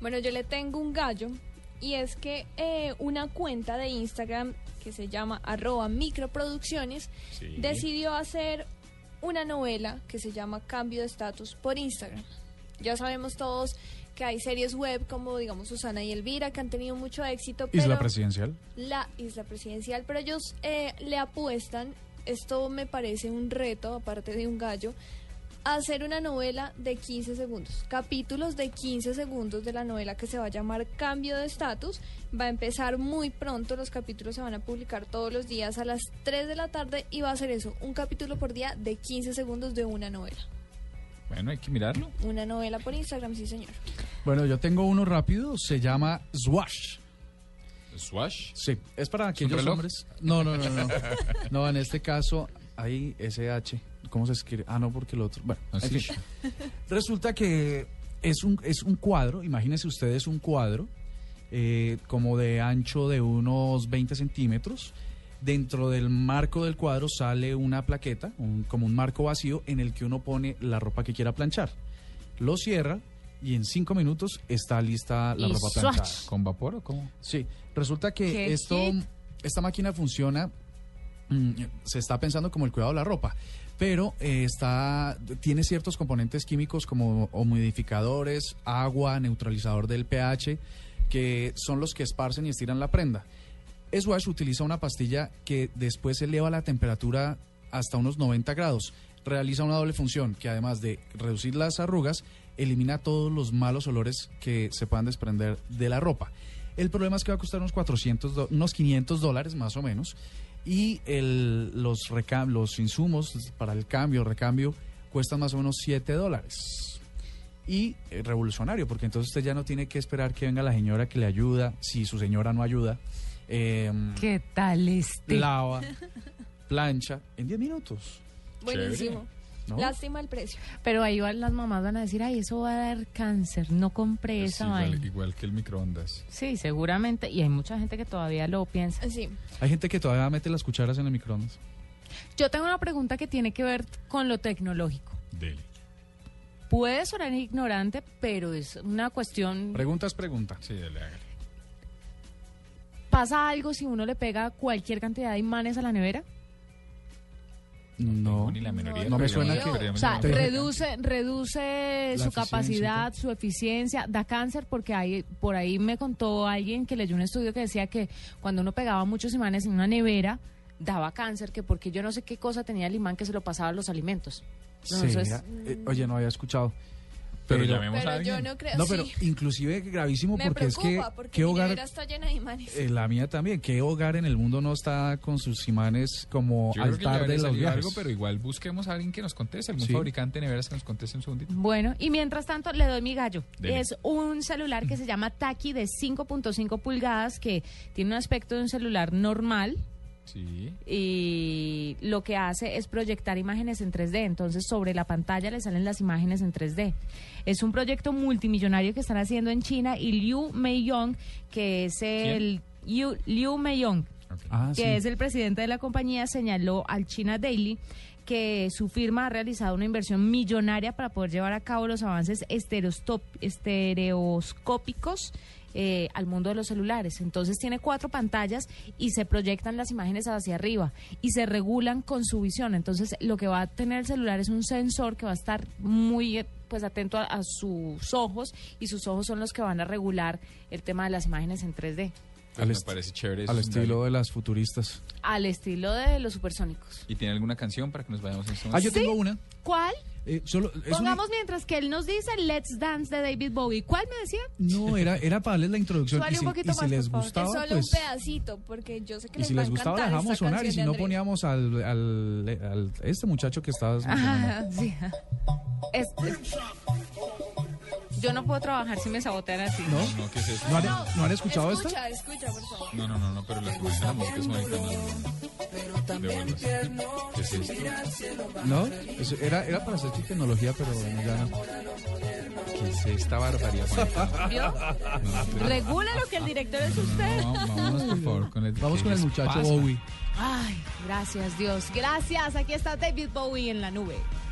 Bueno, yo le tengo un gallo y es que eh, una cuenta de Instagram que se llama arroba microproducciones Sí. decidió hacer una novela que se llama Cambio de Estatus por Instagram. Ya sabemos todos que hay series web como digamos Susana y Elvira que han tenido mucho éxito, pero Isla presidencial. la isla presidencial, pero ellos eh, le apuestan, esto me parece un reto, aparte de un gallo, a hacer una novela de 15 segundos, capítulos de 15 segundos de la novela que se va a llamar Cambio de Estatus, va a empezar muy pronto, los capítulos se van a publicar todos los días a las 3 de la tarde y va a ser eso, un capítulo por día de 15 segundos de una novela. Bueno, hay que mirarlo. Una novela por Instagram, sí señor. Bueno, yo tengo uno rápido, se llama Swash. Swash. Sí, es para un aquellos reloj? hombres. No, no, no, no. No, en este caso hay SH. ¿Cómo se escribe? Ah, no, porque el otro. Bueno, en Así. fin. Resulta que es un, es un cuadro, imagínense ustedes un cuadro eh, como de ancho de unos 20 centímetros. Dentro del marco del cuadro sale una plaqueta, un- como un marco vacío en el que uno pone la ropa que quiera planchar. Lo cierra y en cinco minutos está lista la Y ropa planchada. swatch. ¿Con vapor o cómo? Sí, resulta ¿Qué que esto, hit? esta máquina funciona, mm, se está pensando como el cuidado de la ropa, pero eh, está, tiene ciertos componentes químicos como humidificadores, agua, neutralizador del pH, que son los que esparcen y estiran la prenda. Swash utiliza una pastilla que después eleva la temperatura hasta unos 90 grados. Realiza una doble función que además de reducir las arrugas, elimina todos los malos olores que se puedan desprender de la ropa. El problema es que va a costar unos 400, do- unos 500 dólares más o menos. Y el- los, recam- los insumos para el cambio, recambio, cuestan más o menos 7 dólares y eh, revolucionario, porque entonces usted ya no tiene que esperar que venga la señora que le ayuda, si su señora no ayuda, eh, ¿Qué tal este? lava, plancha, en 10 minutos. Buenísimo. ¿no? Lástima el precio. Pero ahí van- las mamás van a decir, ay, eso va a dar cáncer, no compré Es esa igual, vaina. igual que el microondas. Sí, seguramente. Y hay mucha gente que todavía lo piensa. Sí. Hay gente que todavía mete las cucharas en el microondas. Yo tengo una pregunta que tiene que ver con lo tecnológico. Dele. Puede sonar ignorante, pero es una cuestión... Preguntas, pregunta. Sí, dele, hágale. ¿Pasa algo si uno le pega cualquier cantidad de imanes a la nevera? No. Tengo ni la menor No, idea, no me pero suena ya- que- pero ya O me sea, llama la atención. reduce, reduce La su eficiencia, capacidad, sí. su eficiencia, da cáncer porque hay, por ahí me contó alguien que leyó un estudio que decía que cuando uno pegaba muchos imanes en una nevera, daba cáncer, que porque yo no sé qué cosa tenía el imán que se lo pasaba a los alimentos. No, eso es- Será- eh, oye, no había escuchado. Pero Pero- llamemos a Pero yo alguien. no creo. No, sí. pero inclusive gravísimo Me porque es preocupa que porque qué mi hogar nevera está llena de imanes. eh, la mía también, qué hogar en el mundo no está con sus imanes como Yo creo que ya altar habrá de los salido viajes. algo, pero igual busquemos a alguien que nos conteste, algún Sí. fabricante de neveras que nos conteste un segundito. Bueno, y mientras tanto le doy mi gallo. Dele. Es un celular que se llama Taki de 5.5 pulgadas que tiene un aspecto de un celular normal, Sí. y lo que hace es proyectar imágenes en 3D. Entonces, sobre la pantalla le salen las imágenes en 3D. Es un proyecto multimillonario que están haciendo en China y Liu Meiyong, que es el Liu, Liu Meiyong, ok. Ah, que sí. es el presidente de la compañía, señaló al China Daily que su firma ha realizado una inversión millonaria para poder llevar a cabo los avances estereostop- estereoscópicos eh, al mundo de los celulares. Entonces tiene cuatro pantallas y se proyectan las imágenes hacia arriba y se regulan con su visión. Entonces lo que va a tener el celular es un sensor que va a estar muy eh, pues atento a, a sus ojos y sus ojos son los que van a regular el tema de las imágenes en 3D Pues Al me est- parece chévere. eso, al es un estilo de las futuristas. al estilo de los supersónicos. gallo. ¿Y tiene alguna canción para que nos vayamos en este Ah, yo tengo una. ¿Cuál? Eh, solo, es una- Pongamos mientras que él nos dice Let's Dance de David Bowie. ¿Cuál me decía? no, era, era para darles la introducción. Súbale Y un si, poquito y si más, les por favor, que Es gustaba, solo pues, un pedacito, porque yo sé que y les si va les a gustaba, encantar dejamos esta sonar. Y canción si de no, Andrés. poníamos al, al- al- este muchacho que estabas. mencionando. sí. Este. Yo no puedo trabajar si me sabotean así. ¿No? No, ¿qué es eso? ¿No, han, no han escuchado esto? Escucha, escucha, por favor. No, no, no, no, pero la la música es bonita. no, no, no. De buenas. ¿Qué es esto? No, eso era, era para hacer tecnología, pero bueno, ya no. ¿Qué es esta barbaridad? Juanita? ¿Vio? Regula lo que el director es usted. No, vámonos, por favor, con el... Vamos ¿qué con el les muchacho pasa? Bowie. Ay, gracias Dios. Gracias. Aquí está David Bowie en la nube.